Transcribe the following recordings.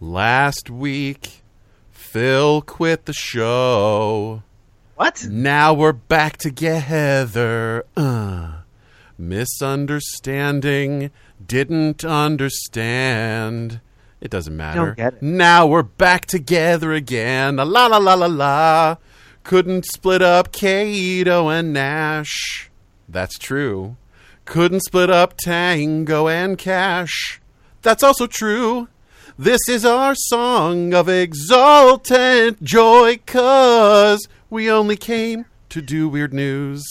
Last week, Phil quit the show. What? Now we're back together. Uh, misunderstanding. Didn't understand. It doesn't matter. get it. Now we're back together again. La la la la la la. Couldn't split up Cato and Nash. That's true. Couldn't split up Tango and Cash. That's also true. This is our song of exultant joy, cause we only came to do weird news.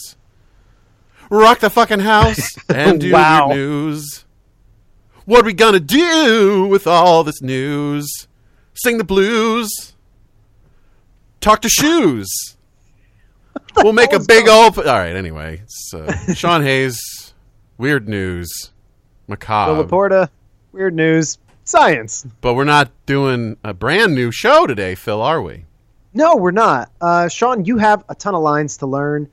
Rock the fucking house and do Wow. weird news. What we gonna do with all this news? Sing the blues. Talk to shoes. We'll make a big old. All right. Anyway, so Sean Hayes, weird news, Bill macabre. Laporta, weird news, science. But we're not doing a brand new show today, Phil, are we? No, we're not. Uh, Sean, you have a ton of lines to learn,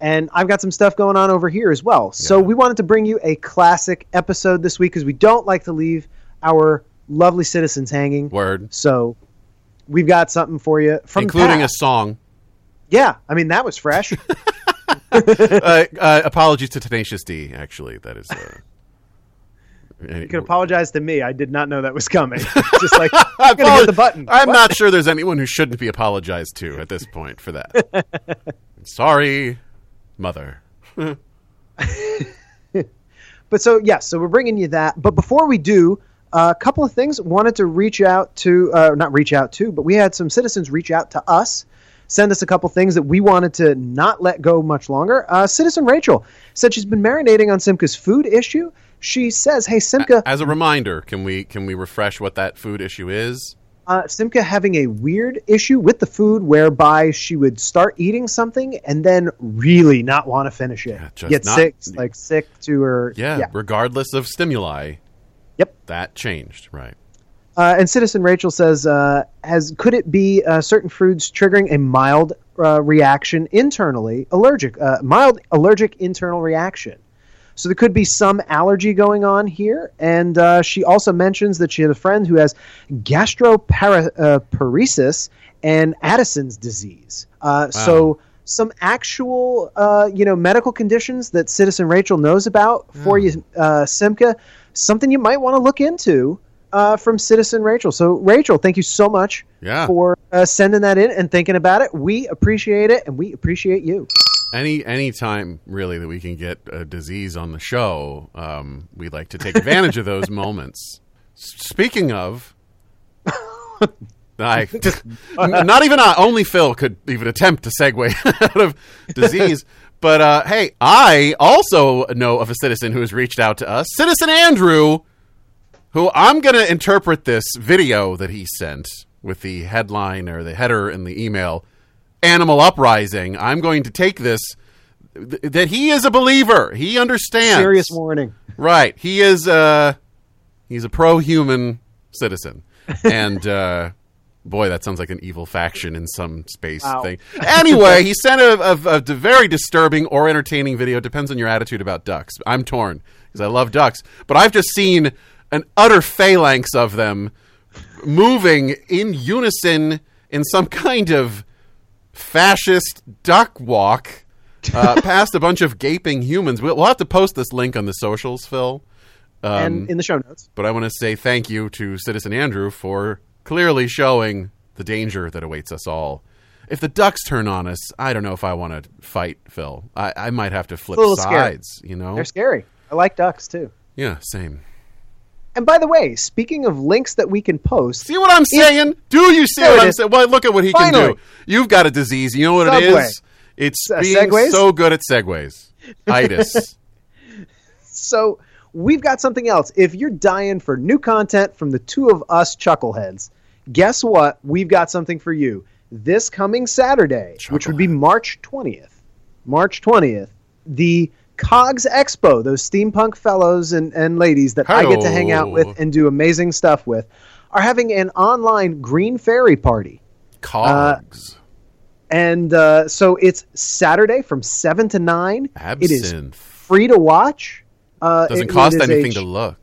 and I've got some stuff going on over here as well. So we wanted to bring you a classic episode this week because we don't like to leave our lovely citizens hanging. Word, So we've got something for you from including the a past. song. Yeah, I mean that was fresh. uh, uh, apologies to Tenacious D. Actually, that is. Uh, You can apologize to me. I did not know that was coming. Just like I'm gonna Apolo- hit the button. I'm not sure there's anyone who shouldn't be apologized to at this point for that. Sorry, mother. But so yes, so we're bringing you that. But before we do, a couple of things wanted to reach out to, uh, not reach out to, but we had some citizens reach out to us, send us a couple things that we wanted to not let go much longer. Uh, Citizen Rachel said she's been marinating on Simca's food issue. She says, "Hey Simca, As a reminder, can we can we refresh what that food issue is? uh, Simca having a weird issue with the food, whereby she would start eating something and then really not want to finish it, just get not- sick, like sick to her. Yeah, regardless of stimuli. Yep. That changed, right? Uh, and citizen Rachel says, uh, "Has could it be uh, certain foods triggering a mild uh, reaction internally, allergic, uh, mild allergic internal reaction? So there could be some allergy going on here." And uh, she also mentions that she had a friend who has gastroparesis and Addison's disease. Uh, So some actual, uh, you know, medical conditions that citizen Rachel knows about for Hmm. you, uh, Simca. Something you might want to look into uh, from Citizen Rachel. So, Rachel, thank you so much Yeah. for uh, sending that in and thinking about it. We appreciate it, and we appreciate you. Any any time really that we can get a disease on the show, um, we like to take advantage of those moments. S- Speaking of, I n- not even I, only Phil could even attempt to segue out of disease. But uh, hey, I also know of a citizen who has reached out to us, citizen Andrew, who I'm going to interpret this video that he sent with the headline or the header in the email, "Animal Uprising." I'm going to take this th- that he is a believer. He understands Serious warning. Right. He is uh he's a pro human citizen. And uh boy, that sounds like an evil faction in some space Wow. thing. Anyway, he sent a, a, a very disturbing or entertaining video. Depends on your attitude about ducks. I'm torn because I love ducks, but I've just seen an utter phalanx of them moving in unison in some kind of fascist duck walk uh, past a bunch of gaping humans. We'll, we'll have to post this link on the socials, Phil. Um, and in the show notes. but I want to say thank you to Citizen Andrew for clearly showing the danger that awaits us all. If the ducks turn on us, I don't know if I want to fight, Phil. I, I might have to flip It's a little scary. sides, you know? They're scary. I like ducks, too. yeah, same. And by the way, speaking of links that we can post, See what I'm saying? Do you see There what it I'm is. saying? Well, look at what he can Finally. do. You've got a disease. You know what it Subway. is? It's Uh, being segues? so good at segues. Uh, Itis. so we've got something else. If you're dying for new content from the two of us chuckleheads, guess what? We've got something for you. This coming Saturday, which would be March 20th, March 20th, the Cogs Expo, those steampunk fellows and, and ladies that I get to hang out Hello. with and do amazing stuff with, are having an online Green Fairy party. Cogs. And uh, so it's Saturday from 7 to 9. It is Absinthe. free to watch. Uh, Doesn't it- it cost is a anything sh- to look.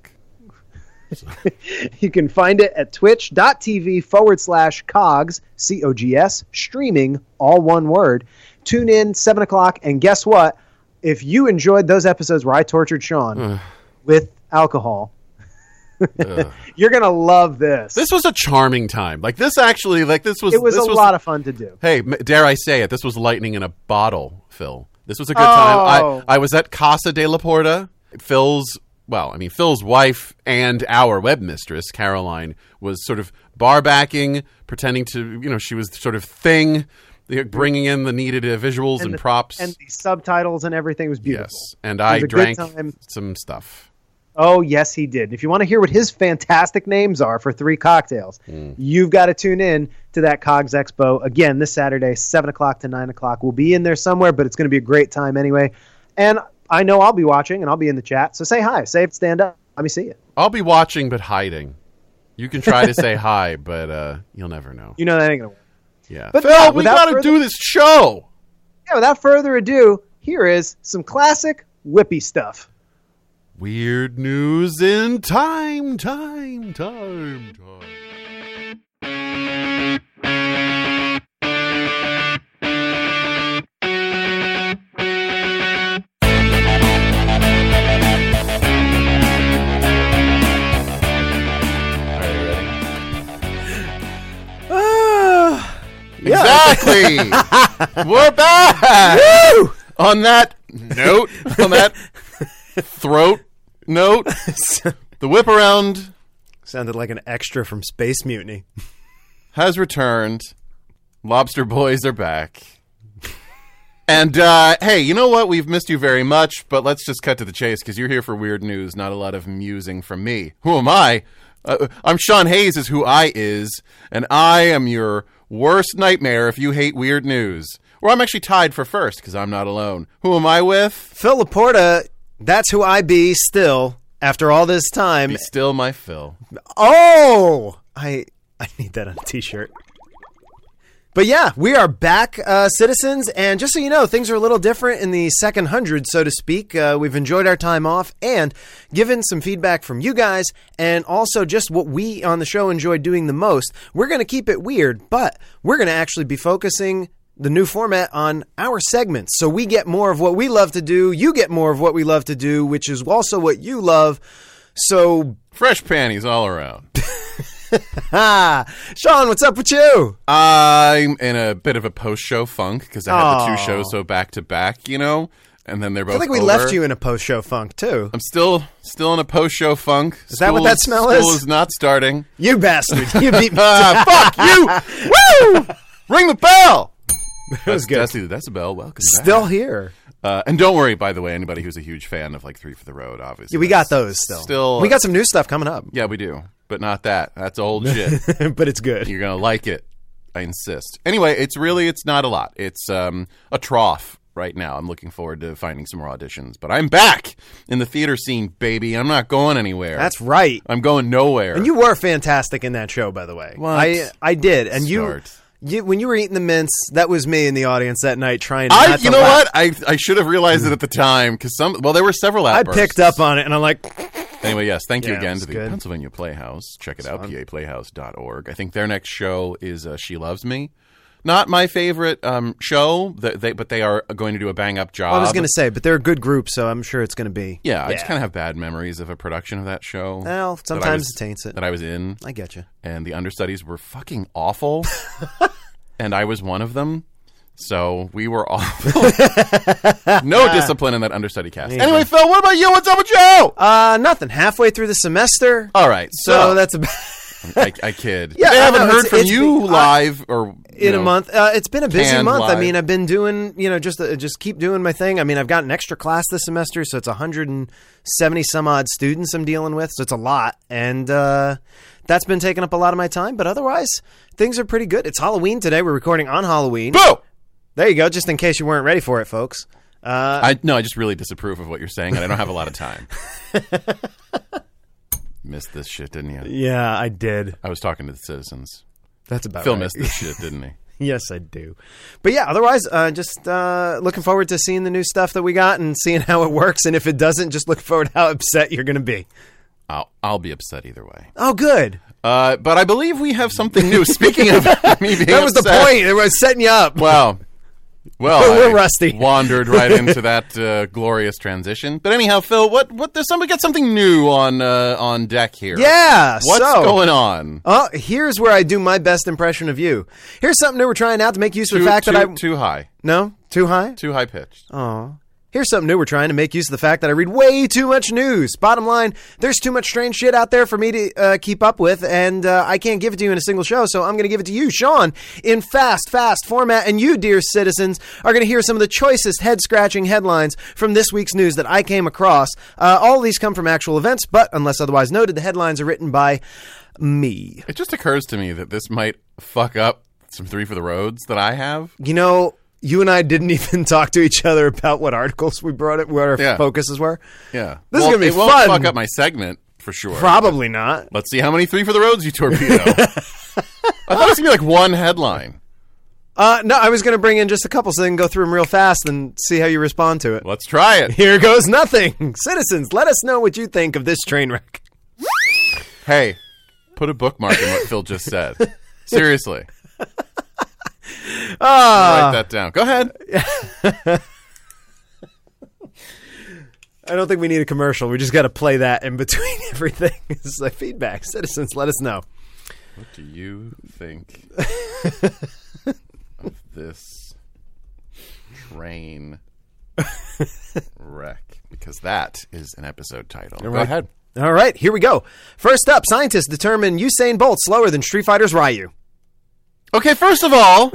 you can find it at twitch.tv forward slash cogs, C O G S, streaming, all one word. Tune in 7 o'clock, and guess what? If you enjoyed those episodes where I tortured Sean with alcohol, you're going to love this. This was a charming time. Like this actually, like this was it was a this lot of fun to do. Hey, m- dare I say it? This was lightning in a bottle, Phil. This was a good time. Oh. I I was at Casa de la Porta. Phil's well, I mean Phil's wife and our web mistress Caroline was sort of bar backing, pretending to you know she was sort of thing, you know, bringing in the needed uh, visuals and, the- props. And the subtitles and everything was beautiful. yes, and was I a good drank time. some stuff. Oh, yes, he did. If you want to hear what his fantastic names are for three cocktails, Hmm. you've got to tune in to that Cogs Expo again this Saturday, 7 o'clock to 9 o'clock. We'll be in there somewhere, but it's going to be a great time anyway. And I know I'll be watching and I'll be in the chat. So say hi, say it, stand up. Let me see you. I'll be watching but hiding. You can try to say hi, but uh, you'll never know. You know that ain't going to work. Yeah, But Phil, yeah, we without got to further- do this show. Yeah, without further ado, here is some classic whippy stuff. Weird news in time, time, time, time. Ah, Exactly. We're back. On that note, on that throat note, the whip around Sounded like an extra from Space Mutiny. has returned. Lobster boys are back. And uh, hey, you know what? We've missed you very much, but let's just cut to the chase because you're here for weird news, not a lot of musing from me. Who am I? Uh, I'm Sean Hayes, is who I is, and I am your worst nightmare if you hate weird news. Or I'm actually tied for first because I'm not alone. Who am I with? Phil Laporta, that's who I be still after all this time. Be still my Phil. Oh, I I need that on a t-shirt. But yeah, we are back, uh, citizens, and just so you know, things are a little different in the second hundred, so to speak. Uh, we've enjoyed our time off and given some feedback from you guys, and also just what we on the show enjoy doing the most. We're going to keep it weird, but we're going to actually be focusing the new format on our segments. So we get more of what we love to do, you get more of what we love to do, which is also what you love. So Fresh panties all around. Ah, Sean, what's up with you? I'm in a bit of a post-show funk because I had the two Aw. shows so back to back, you know, and then they're both. I think we over. left you in a post-show funk too. I'm still still in a post-show funk. Is that what that smell School is? is not starting. You bastard! You beat me. Ah, fuck you! Woo! Ring the bell. That was good. Dusty the Decibel. Welcome back. Still here. Uh, and don't worry, by the way, anybody who's a huge fan of like Three for the Road, obviously. Yeah, we got that's- those still. Still, uh, we got some new stuff coming up, Yeah, we do, but not that. That's old shit. but it's good. You're gonna like it. I insist. Anyway, it's really it's not a lot. It's um, a trough right now. I'm looking forward to finding some more auditions, but I'm back in the theater scene, baby. I'm not going anywhere. That's right. I'm going nowhere. And you were fantastic in that show, by the way. What? I I did, and you, Start. you when you were eating the mints, that was me in the audience that night trying. I, not to you know laugh. what? I I should have realized it at the time because some. Well, there were several I outbursts. picked up on it, and I'm like, Anyway, yes, thank you Yeah, again it's to the good. Pennsylvania Playhouse. Check it out, paplayhouse.org. I think their next show is uh, She Loves Me. Not my favorite um, show, that they, but they are going to do a bang up job. I was going to say, but they're a good group, so I'm sure it's going to be. Yeah, I just kind of have bad memories of a production of that show. Well, that I sometimes was- it taints it. That I was in, I get you. and the understudies were fucking awful, and I was one of them. So we were awful. no discipline in that understudy cast. Anyway, Phil, what about you? What's up with you? Uh, nothing. Halfway through the semester, All right, so Oh, so, that's about. I, I kid. Yeah, they I haven't know, heard it's- from it's you be- I- live or you in know, a month. Uh, it's been a busy Canned month. live. I mean, I've been doing, you know, just uh, just keep doing my thing. I mean, I've got an extra class this semester, so it's 170 some odd students I'm dealing with, so it's a lot, and uh, that's been taking up a lot of my time. But otherwise, things are pretty good. It's Halloween today. We're recording on Halloween. Boo! There you go. Just in case you weren't ready for it, folks. Uh, I no, I just really disapprove of what you're saying, and I don't have a lot of time. Missed this shit, didn't you? yeah, I did. I was talking to the citizens. That's about Phil right. missed this shit, didn't he? Yes, I do. But yeah, otherwise, uh, just uh, looking forward to seeing the new stuff that we got and seeing how it works. And if it doesn't, just look forward to how upset you're going to be. I'll, I'll be upset either way. Oh, good. Uh, but I believe we have something new. Speaking of me being That was the upset- point. It was setting you up. Wow. Well, We're I rusty. wandered right into that uh, glorious transition. But anyhow, Phil, what what there's somebody got something new on uh, on deck here. Yeah. What's so, going on? Oh, here's where I do my best impression of you. Here's something new we're trying out to make use of Too, the fact too, that I Oh. too high. no too high. Too high pitched. Aw. Here's something new. We're trying to make use of the fact that I read way too much news. Bottom line, there's too much strange shit out there for me to uh, keep up with, and uh, I can't give it to you in a single show, so I'm going to give it to you, Sean, in fast, fast format. And you, dear citizens, are going to hear some of the choicest head scratching headlines from this week's news that I came across. Uh, all of these come from actual events, but unless otherwise noted, the headlines are written by me. It just occurs to me that this might fuck up some three for the roads that I have. You know, you and I didn't even talk to each other about what articles we brought it, what our Yeah. focuses were. Yeah, This is Won't- gonna be it won't fun. fuck up my segment for sure. Probably not. Let's see how many three for the roads you torpedo. I thought it was gonna be like one headline. Uh, no, I was going to bring in just a couple so then go through them real fast and see how you respond to it. Let's try it. Here goes nothing. Citizens, let us know what you think of this train wreck. Hey, put a bookmark in what Phil just said. Seriously. Ah. Write that down. Go ahead. I don't think we need a commercial. We just got to play that in between everything. it's like feedback. Citizens, let us know. What do you think of this train wreck? Because that is an episode title. Go ahead. All right, here we go. First up, scientists determine Usain Bolt slower than Street Fighter's Ryu. Okay, first of all,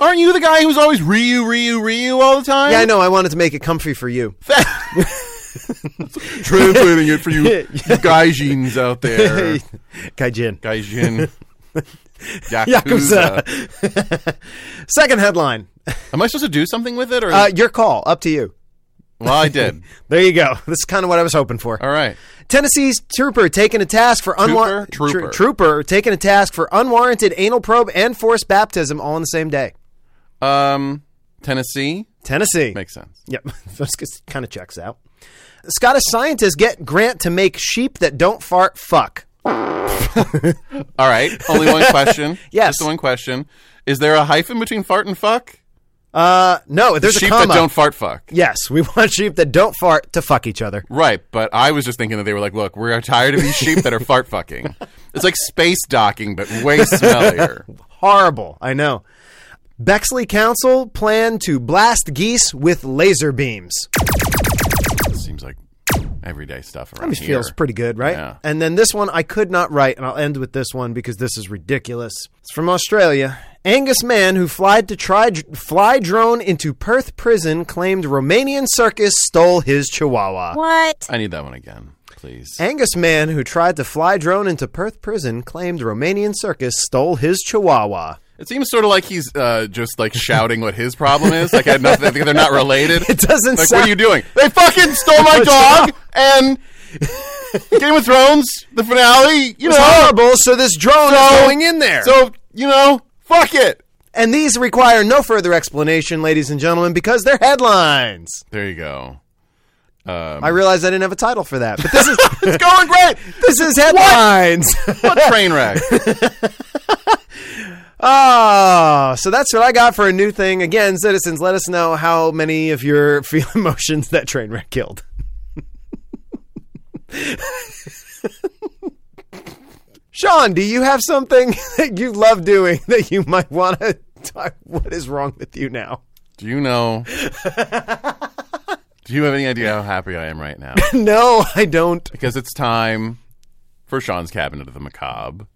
aren't you the guy who's always Ryu, Ryu, Ryu all the time? Yeah, I know. I wanted to make it comfy for you. Translating it for you, you gaijins out there. Kaijin. Gaijin. Yakuza. Yakuza. Second headline. Am I supposed to do something with it? Or Uh, your call. Up to you. well, I did. There you go. This is kind of what I was hoping for. All right. Tennessee's trooper taken a task for unwarranted Trooper? Trooper. trooper taken a task for unwarranted anal probe and forced baptism all on the same day. Um, Tennessee Tennessee. makes sense. yep, this kind of checks out. Scottish scientists get grant to make sheep that don't fart fuck. All right. Only one question. Yes. Just one question. Is there a hyphen between fart and fuck? Uh, no, there's Sheep a comma. that don't fart fuck. yes, we want sheep that don't fart to fuck each other. Right, but I was just thinking that they were like, look, we're tired of these sheep that are fart fucking. It's like space docking, but way smellier. Horrible, I know. Bexley Council plan to blast geese with laser beams. Seems like everyday stuff around It here. feels pretty good, right? Yeah. And then this one I could not write, and I'll end with this one because this is ridiculous. It's from Australia. Angus man who flied to try fly drone into Perth prison claimed Romanian circus stole his chihuahua. What? I need that one again, please. Angus man who tried to fly drone into Perth prison claimed Romanian circus stole his chihuahua. It seems sort of like he's uh, just like shouting what his problem is. Like I had nothing. They're not related. It doesn't Like what sound- are you doing? They fucking stole my dog and Game of Thrones the finale. You It's know, horrible, so this drone is going in there. so you know, fuck it. and these require no further explanation, ladies and gentlemen, because they're headlines. There you go. Um, I realized I didn't have a title for that, but this is It's going great. this is headlines. What train wreck? Oh, so that's what I got for a new thing. Again, citizens, let us know how many of your feel emotions that train wreck killed. Sean, do you have something that you love doing that you might want to talk? What is wrong with you now? Do you know? Do you have any idea how happy I am right now? No, I don't. Because it's time for Sean's Cabinet of the Macabre.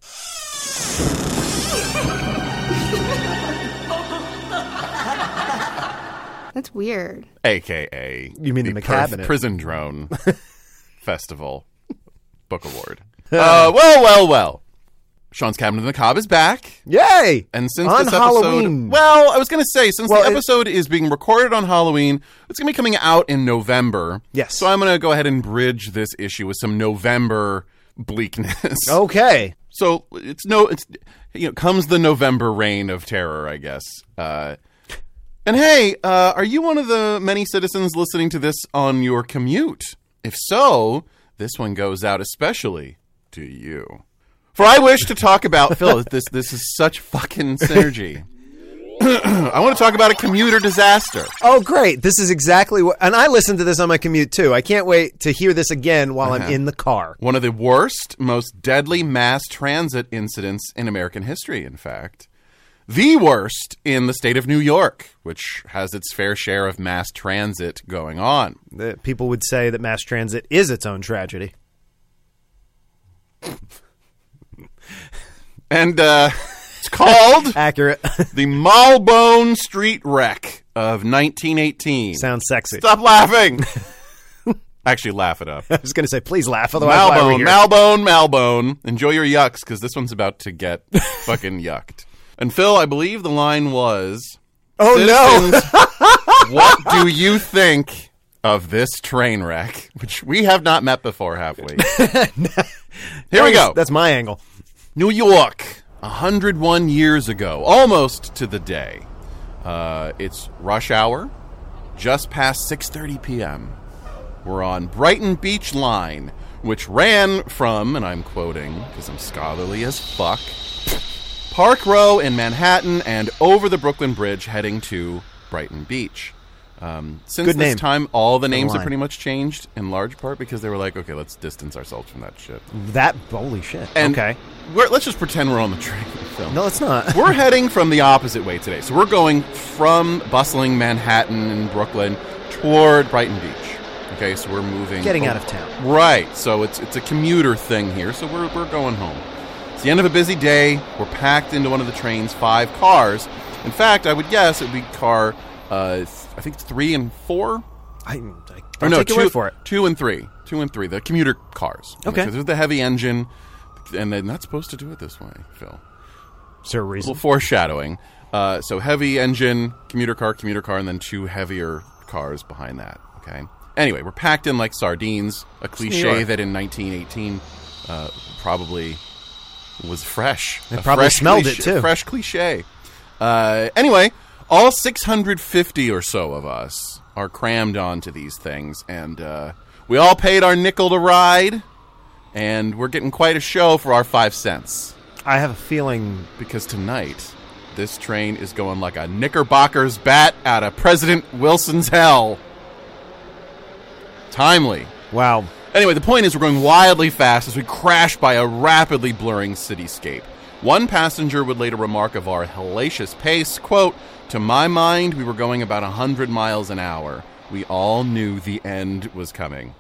That's weird. aka You mean the Perth McCabinet. prison drone festival book award uh, well well well sean's cabinet of the cob is back Yay! and since on this episode Halloween, well i was gonna say since Well, the it- episode is being recorded on halloween it's gonna be coming out in november Yes. so i'm gonna go ahead and bridge this issue with some november bleakness Oh, okay. so it's no, it's you know, comes the November reign of terror, I guess. Uh, and hey, uh, are you one of the many citizens listening to this on your commute? If so, This one goes out especially to you. For I wish to talk about Phil. This this is such fucking synergy. I want to talk about a commuter disaster. Oh, great. This is exactly what. And I listened to this on my commute, too. I can't wait to hear this again while Uh-huh. I'm in the car. One of the worst, most deadly mass transit incidents in American history, in fact. The worst in the state of New York, which has its fair share of mass transit going on. That people would say that mass transit is its own tragedy. And uh, it's called Accurate. the Malbone Street Wreck of 1918. Sounds sexy. Stop laughing. Actually, laugh it up. I was going to say, please laugh, otherwise, why are we Malbone, here? Malbone, Malbone. Enjoy your yucks because this one's about to get fucking yucked. And Phil, I believe the line was, Oh, no. "Citizens, what do you think of this train wreck?" Which we have not met before, have we? Here we go. That's my angle. New York, 101 years ago, almost to the day. Uh, it's rush hour, just past 6:30 p.m. We're on Brighton Beach Line, which ran from, and I'm quoting because I'm scholarly as fuck, Park Row in Manhattan and over the Brooklyn Bridge, heading to Brighton Beach. Um, since this Good name. time, all the names are line. pretty much changed in large part because they were like, okay, let's distance ourselves from that shit. That, holy shit. And okay. We're, let's just pretend we're on the train. Phil. No, it's not. we're heading from the opposite way today. So we're going from bustling Manhattan and Brooklyn toward Brighton Beach. Okay, so we're moving. Getting out of town. Right. So it's it's a commuter thing here. So we're we're going home. It's the end of a busy day. We're packed into one of the train's five cars. In fact, I would guess it would be car, uh, th- I think three and four. I, I Or I'll take Oh, two, your word for it. Two and three. Two and three. The commuter cars. Okay. Because there's the heavy engine, and they're not supposed to do it this way, Phil. Is there A a little reason? foreshadowing. Uh, so heavy engine, commuter car, commuter car, and then two heavier cars behind that. Okay. Anyway, we're packed in like sardines. A cliche York. that in 1918 uh, probably was fresh. It probably fresh smelled it, cliche- too. Fresh cliche. Uh, anyway, all 650 or so of us are crammed onto these things, and uh, we all paid our nickel to ride, and we're getting quite a show for our five cents I have a feeling. because tonight this train is going like a knickerbocker's bat out of president wilson's hell timely Wow. anyway the point is we're going wildly fast as we crash by a rapidly blurring cityscape one passenger would later remark of our hellacious pace quote to my mind we were going about 100 miles an hour we all knew the end was coming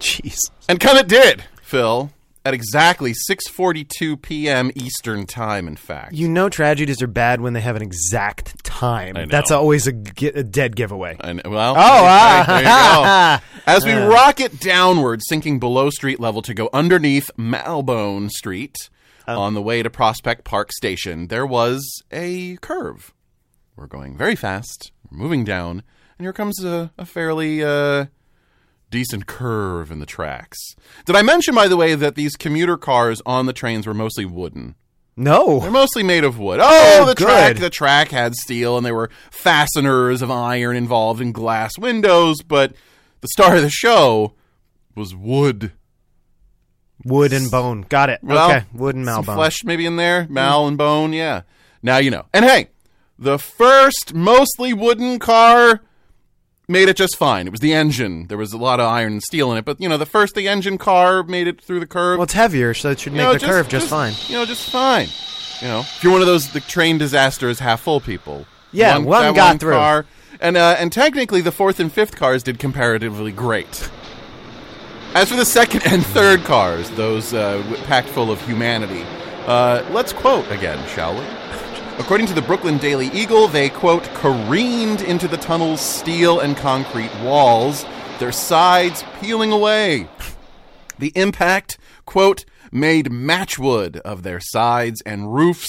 Jeez. and come it did phil at exactly 6:42 p.m. eastern time in fact You know tragedies are bad when they have an exact time. know. That's always a, gi- a dead giveaway. And well, oh, ah, there you ha, go. As we rocket downward, sinking below street level to go underneath Malbone Street on the way to Prospect Park Station, there was a curve. We're going very fast. We're moving down, and here comes a, a fairly uh, decent curve in the tracks. Did I mention, by the way, that these commuter cars on the trains were mostly wooden? They're No. mostly made of wood. Oh, Oh, the good. track the track had steel and there were fasteners of iron involved in glass windows, but the star of the show was wood. Wood and bone. Got it. Well, okay. Wood and some Malbone. Hmm. Flesh maybe in there, mal and bone, yeah. Now you know. And hey, the first mostly wooden car made it just fine. It was the engine. There was a lot of iron and steel in it, but you know, the first the engine car made it through the curve. Well, it's heavier, so it should make know, the curve just, fine. You know, just fine. You know, if you're one of those the train disaster is half full people. Yeah, one that got through. Car, and uh, and technically, the fourth and fifth cars did comparatively great. As for the second and third cars, those uh, w- packed full of humanity, uh, let's quote again, shall we? According to the Brooklyn Daily Eagle, they, quote, careened into the tunnel's steel and concrete walls, their sides peeling away. The impact, quote, made matchwood of their sides and roofs,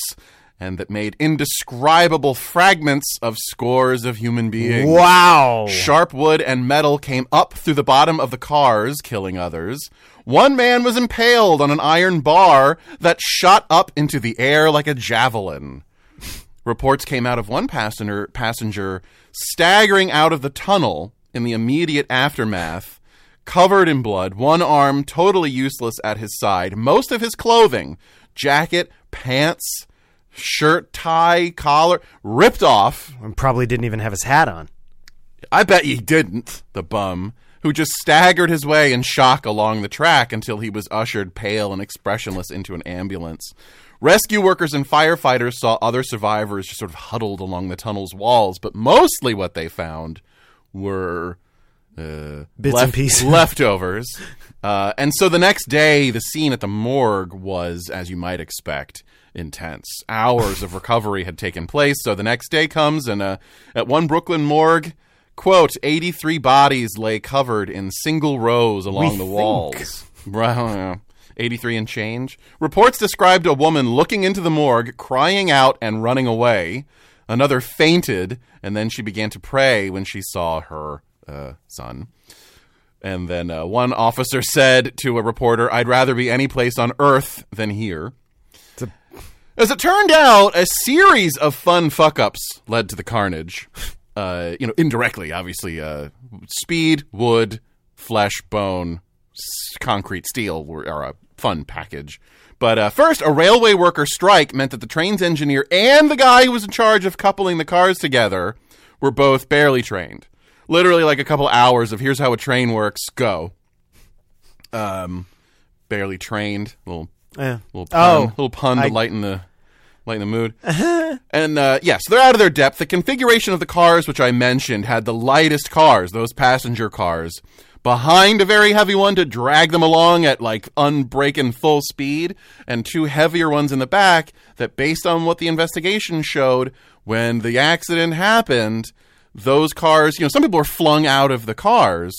and that made indescribable fragments of scores of human beings. Wow. Sharp wood and metal came up through the bottom of the cars, killing others. One man was impaled on an iron bar that shot up into the air like a javelin. Reports came out of one passenger passenger staggering out of the tunnel in the immediate aftermath, covered in blood, one arm totally useless at his side, most of his clothing, jacket, pants, shirt, tie, collar, ripped off. And probably didn't even have his hat on. I bet he didn't, the bum, who just staggered his way in shock along the track until he was ushered pale and expressionless into an ambulance. Rescue workers and firefighters saw other survivors just sort of huddled along the tunnel's walls, but mostly what they found were uh, Bits and left- pieces. leftovers. Uh, and so the next day, the scene at the morgue was, as you might expect, intense. Hours of recovery had taken place. So the next day comes, and uh, at one Brooklyn morgue, quote, 83 bodies lay covered in single rows along the walls. Right. oh, yeah. 83 and change. Reports described a woman looking into the morgue, crying out, and running away. Another fainted, and then she began to pray when she saw her uh, son. And then uh, one officer said to a reporter, I'd rather be any place on earth than here. As it turned out, a series of fun fuck ups led to the carnage. Uh, you know, indirectly, obviously. Uh, speed, wood, flesh, bone, s- concrete, steel were, are a fun package. But uh, first, a railway worker strike meant that the train's engineer and the guy who was in charge of coupling the cars together were both barely trained. Literally, like a couple hours of here's how a train works, go. Um, barely trained, little Yeah. little pun, Oh, little pun to lighten the lighten the mood. And uh, yeah, so they're out of their depth. The configuration of the cars, which I mentioned, had the lightest cars, those passenger cars, behind a very heavy one to drag them along at like unbreaking full speed, and two heavier ones in the back that, based on what the investigation showed, when the accident happened, those cars, you know, some people were flung out of the cars.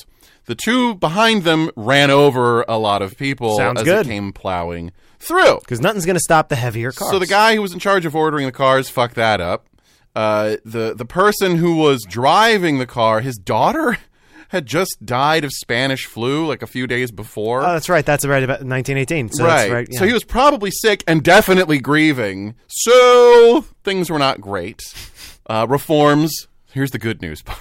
The two behind them ran over a lot of people Sounds as good. it came plowing through. Because nothing's going to stop the heavier cars. So the guy who was in charge of ordering the cars fucked that up. Uh, the the person who was driving the car, his daughter had just died of Spanish flu like a few days before. Oh, that's right. That's right about 1918. So right. That's right yeah. So he was probably sick and definitely grieving. So things were not great. Uh, reforms. Here's the good news part.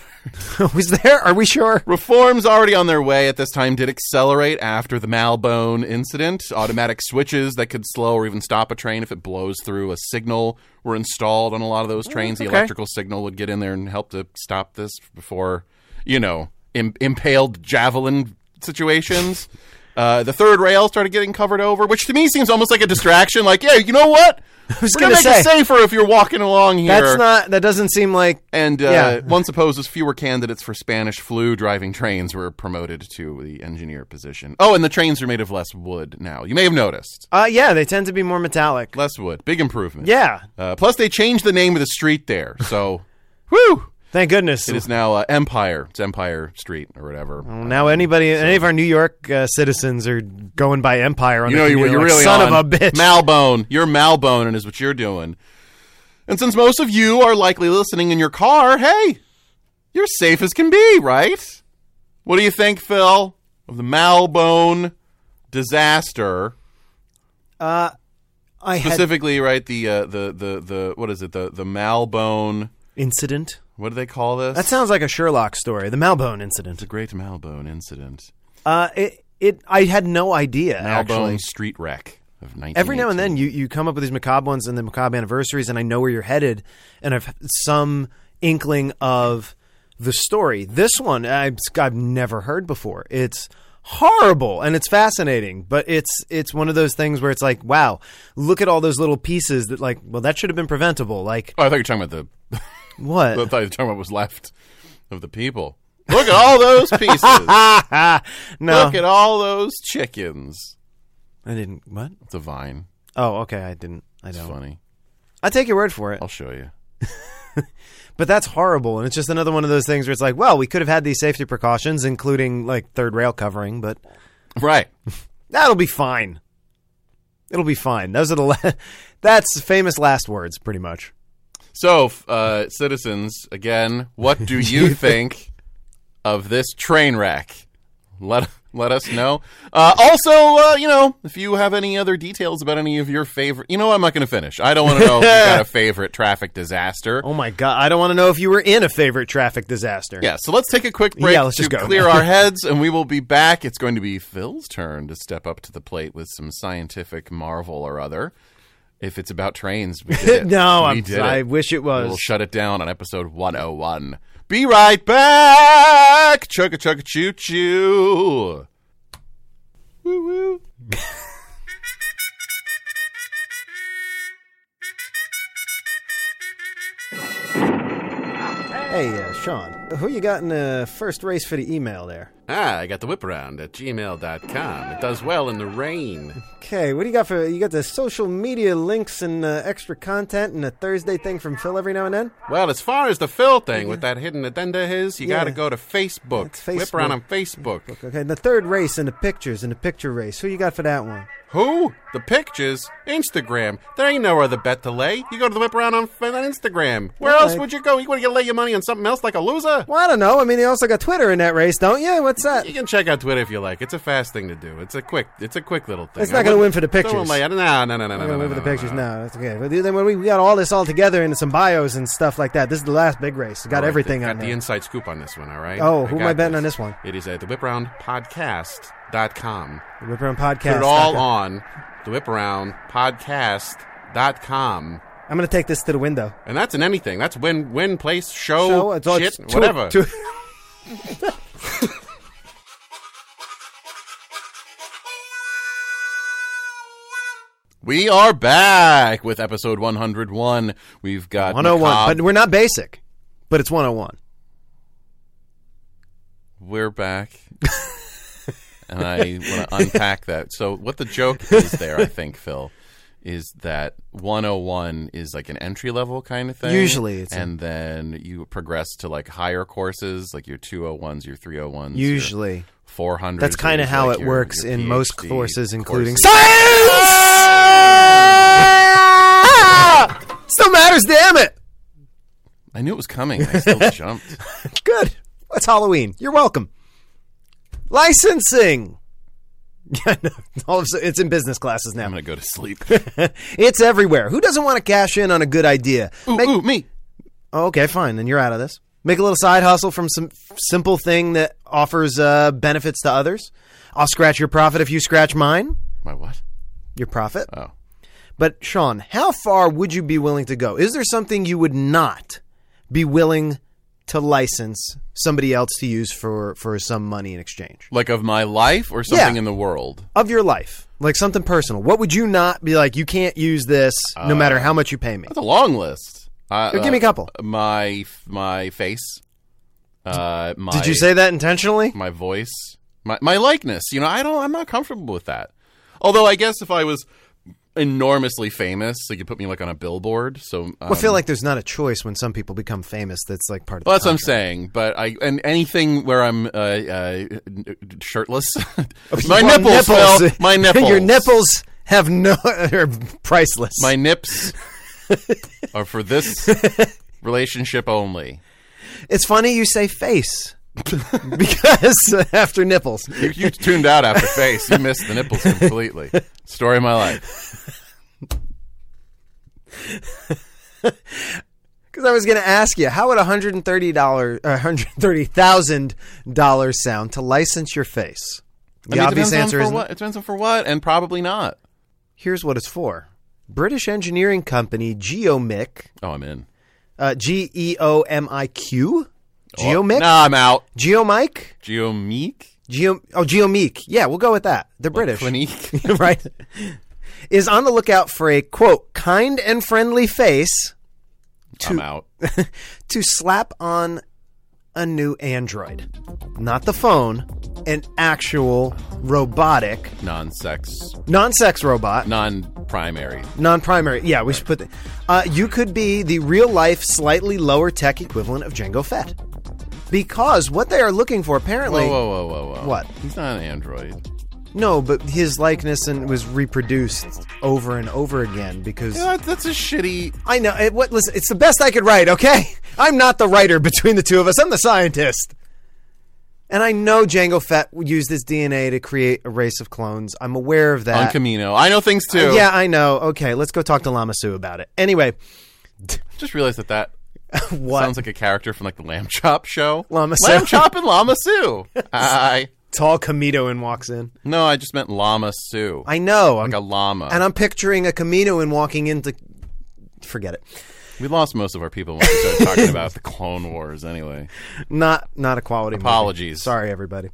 was there? Are we sure? Reforms already on their way at this time did accelerate after the Malbone incident. Automatic switches that could slow or even stop a train if it blows through a signal were installed on a lot of Mm, those trains. The electrical signal would get in there and help to stop this before, you know, Im- impaled javelin situations. Uh, the third rail started getting covered over, which to me seems almost like a distraction. Like, yeah, you know what? Who's gonna make it say- safer if you're walking along here? That's not. That doesn't seem like. And uh, Yeah. one supposes fewer candidates for Spanish flu driving trains were promoted to the engineer position. Oh, and the trains are made of less wood now. You may have noticed. Uh, yeah, they tend to be more metallic. Less wood. Big improvement. Yeah. Uh, plus, they changed the name of the street there. So, whew! Thank goodness. It is now uh, Empire. It's Empire Street or whatever. Well, now anybody, any of our New York uh, citizens are going by Empire on You the know you, computer, what you're like, really on. son of a bitch. Malbone. You're Malboning is what you're doing. And since most of you are likely listening in your car, hey, you're safe as can be, right? What do you think, Phil, of the Malbone disaster? I had Specifically, right the uh, the the the what is it the the Malbone? incident. What do they call this? That sounds like a Sherlock story. The Malbone incident. the Great Malbone Incident. Uh, it, it. I had no idea. Malbone Actually, street wreck of 19. every now and then you you come up with these macabre ones and the macabre anniversaries, and I know where you're headed, and I've some inkling of the story. This one I've, I've never heard before. It's horrible and it's fascinating, but it's it's one of those things where it's like, wow, look at all those little pieces that like, well, that should have been preventable. Like Oh, I thought you were talking about the what? I thought you were talking about what was left of the people. Look at all those pieces. no, Look at all those chickens. I didn't. What? It's a vine. Oh, okay, I didn't. I It's don't. funny. I take your word for it. I'll show you. But that's horrible, and it's just another one of those things where it's like, well, we could have had these safety precautions, including like third rail covering, but Right. that'll be fine. It'll be fine. Those are the la- that's famous last words, pretty much. So, f- uh, citizens, again, what do you think of this train wreck? Let Let us know. Uh, also, uh, you know, if you have any other details about any of your favorite, you know, what? I'm not going to finish. I don't want to know if you got a favorite traffic disaster. Oh my god, I don't want to know if you were in a favorite traffic disaster. Yeah, so let's take a quick break Yeah, let's to just go. clear our heads, and we will be back. It's going to be Phil's turn to step up to the plate with some scientific marvel or other. If it's about trains, we did it. no, we I'm, did I it. wish it was. We'll shut it down on episode 101. Be right back. Chugga chugga choo choo. Woo woo. Hey, uh, Sean, who you got in the first race for the email there? Ah, I got the whip around at gmail.com. It does well in the rain. Okay, what do you got for you got the social media links and uh, extra content and a Thursday thing from Phil every now and then? Well, as far as the Phil thing with that hidden agenda his, you Yeah. got to go to Facebook. It's Facebook. Whip around on Facebook. Okay, and the third race and the pictures and the picture race. Who you got for that one? Who? The pictures? Instagram. There ain't no other bet to lay. You go to the whip around on, f- on Instagram. Where else Alright. would you go? You want to lay your money on something else like a loser? Well, I don't know. I mean, you also got Twitter in that race, don't you? What's that? You can check out Twitter if you like. It's a fast thing to do. It's a quick. It's a quick little thing. It's not I gonna wouldn't- win for the don't pictures. lay- No, no, no, no, no, I'm no, gonna no, move the no, pictures no. now. That's okay. But then when we, we got all this all together and some bios and stuff like that. This is the last big race. Got All right, everything got on the there. inside scoop on this one. All right. Oh, who am got I betting on this one? It is at the whiparoundpodcast.com. The Whip Around Podcast. Put it all on the whiparoundpodcast.com. I'm gonna take this to the window. And that's in anything. That's win, win, place, show, So it's all- Oh, shit, it's two- whatever. two- We are back with episode 101. We've got 101. macabre- But we're not basic. But it's 101. We're back. and I want to unpack that. So, what the joke is there, I think, Phil, is that 101 is like an entry level kind of thing. Usually it's a- and then you progress to like higher courses, like your 201s, your 301s. your Usually. 400s. That's kind of is how like it your- works your in most PhD courses, including courses. science. Ah! Still matters, damn it. I knew it was coming. I still jumped. Good. That's Halloween. You're welcome. Licensing. Yeah, no, all of a sudden- it's in business classes I'm now. going to go to sleep. It's everywhere. Who doesn't want to cash in on a good idea? Ooh, Make- ooh, me. Oh, okay, fine. Then you're out of this. Make a little side hustle from some f- simple thing that offers uh, benefits to others. I'll scratch your profit if you scratch mine. My what? Your profit. Oh. But Sean, how far would you be willing to go? Is there something you would not be willing to license somebody else to use for for some money in exchange Like of my life or something Yeah. in the world? of your life? Like something personal. What would you not be like? You can't use this, no matter Uh, how much you pay me. That's a long list. I- uh, Give me a couple. my my face. Uh, my, Did you say that intentionally? my voice, my my likeness? You know, I don't. I'm not comfortable with that. Although I guess if I was enormously famous, they could put me like on a billboard. So um, I feel like there's not a choice when some people become famous. That's like part of. Well, the that's what I'm contract. saying. But I and anything where I'm uh, uh, shirtless, my Well, nipples, Phil. my nipples, Your nipples have no are priceless. my nips are for this relationship only. it's funny you say face because after nipples. You, you tuned out after face. You missed the nipples completely. Story of my life. Because I was going to ask you, how would $130, uh, $130,000 sound to license your face? The I mean, it obvious depends on answer for is what. It depends on for what, and probably not. here's what it's for. British engineering company Geomic, Oh, I'm in. uh, G E O M I Q, Geomic, Oh, No, I'm out. Geomic, Geomic. Geo, oh Geomic, yeah, we'll go with that. They're British, Clinique. right? Is on the lookout for a quote kind and friendly face I'm out. to slap on a new Android. Not the phone, an actual robotic, Non-sex, non sex robot, non-primary. non primary. Yeah, we should put that. Uh, you could be the real life, slightly lower tech equivalent of Django Fett. Because what they are looking for, apparently. Whoa, whoa, whoa, whoa, whoa. What? He's not an android. No, but his likeness and was reproduced over and over again because. You know, that's a shitty. I know. It, what, listen, it's the best I could write, okay? I'm not the writer between the two of us, I'm the scientist. And I know Django Fett used his DNA to create a race of clones. I'm aware of on that. Camino. I know things too. Uh, yeah, I know. Okay, let's go talk to Lama Sue about it. Anyway, Just realized that that what? sounds like a character from like the Lamb Chop show. Lama Lamb Sue. Chop and Lama Sue. Hi. Tall Caminoan walks in. No, I just meant Lama Sue. I know. I'm- like a llama. and I'm picturing a Caminoan walking into. Forget it. we lost most of our people when we started talking about the Clone Wars anyway. Not not a quality. movie. Apologies. Sorry, everybody.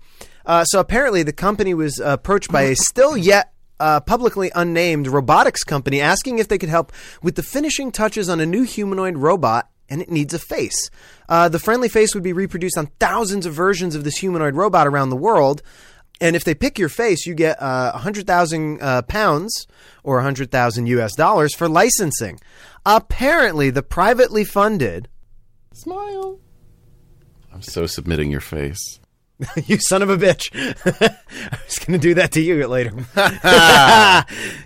Uh, so apparently, the company was approached by a still yet uh, publicly unnamed robotics company, asking if they could help with the finishing touches on a new humanoid robot. And it needs a face. Uh, the friendly face would be reproduced on thousands of versions of this humanoid robot around the world. And if they pick your face, you get uh, 100,000 uh, pounds or 100,000 US dollars for licensing. Apparently, the privately funded Smile. I'm so submitting your face. you son of a bitch. I was going to do that to you later.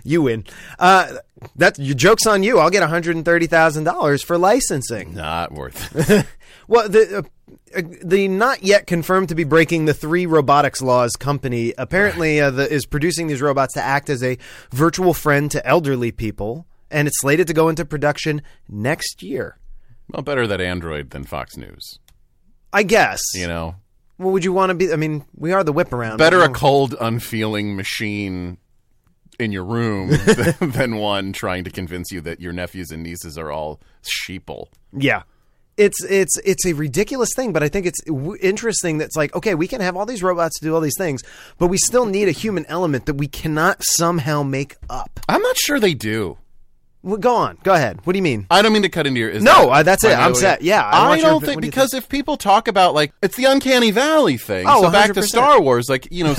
you win. Uh, that your joke's on you. I'll get $130,000 for licensing. Not worth it. Well, the uh, the not yet confirmed to be breaking the three robotics laws company apparently uh, the, is producing these robots to act as a virtual friend to elderly people, and it's slated to go into production next year. well, better that Android than Fox News. I guess. You know, What would you want to be? I mean, we are the whip around. better a cold, unfeeling machine in your room than, than one trying to convince you that your nephews and nieces are all sheeple. Yeah. It's it's it's a ridiculous thing, but I think it's w- interesting that's like okay, we can have all these robots do all these things, but we still need a human element that we cannot somehow make up. I'm not sure they do. Well, go on, go ahead. What do you mean? I don't mean to cut into your. Is No, that uh, that's it. I'm primarily- set. Yeah, I I, want your don't opi- think what do you because if people talk about like it's the uncanny valley thing. Oh, so back to 100%. Star Wars, like you know,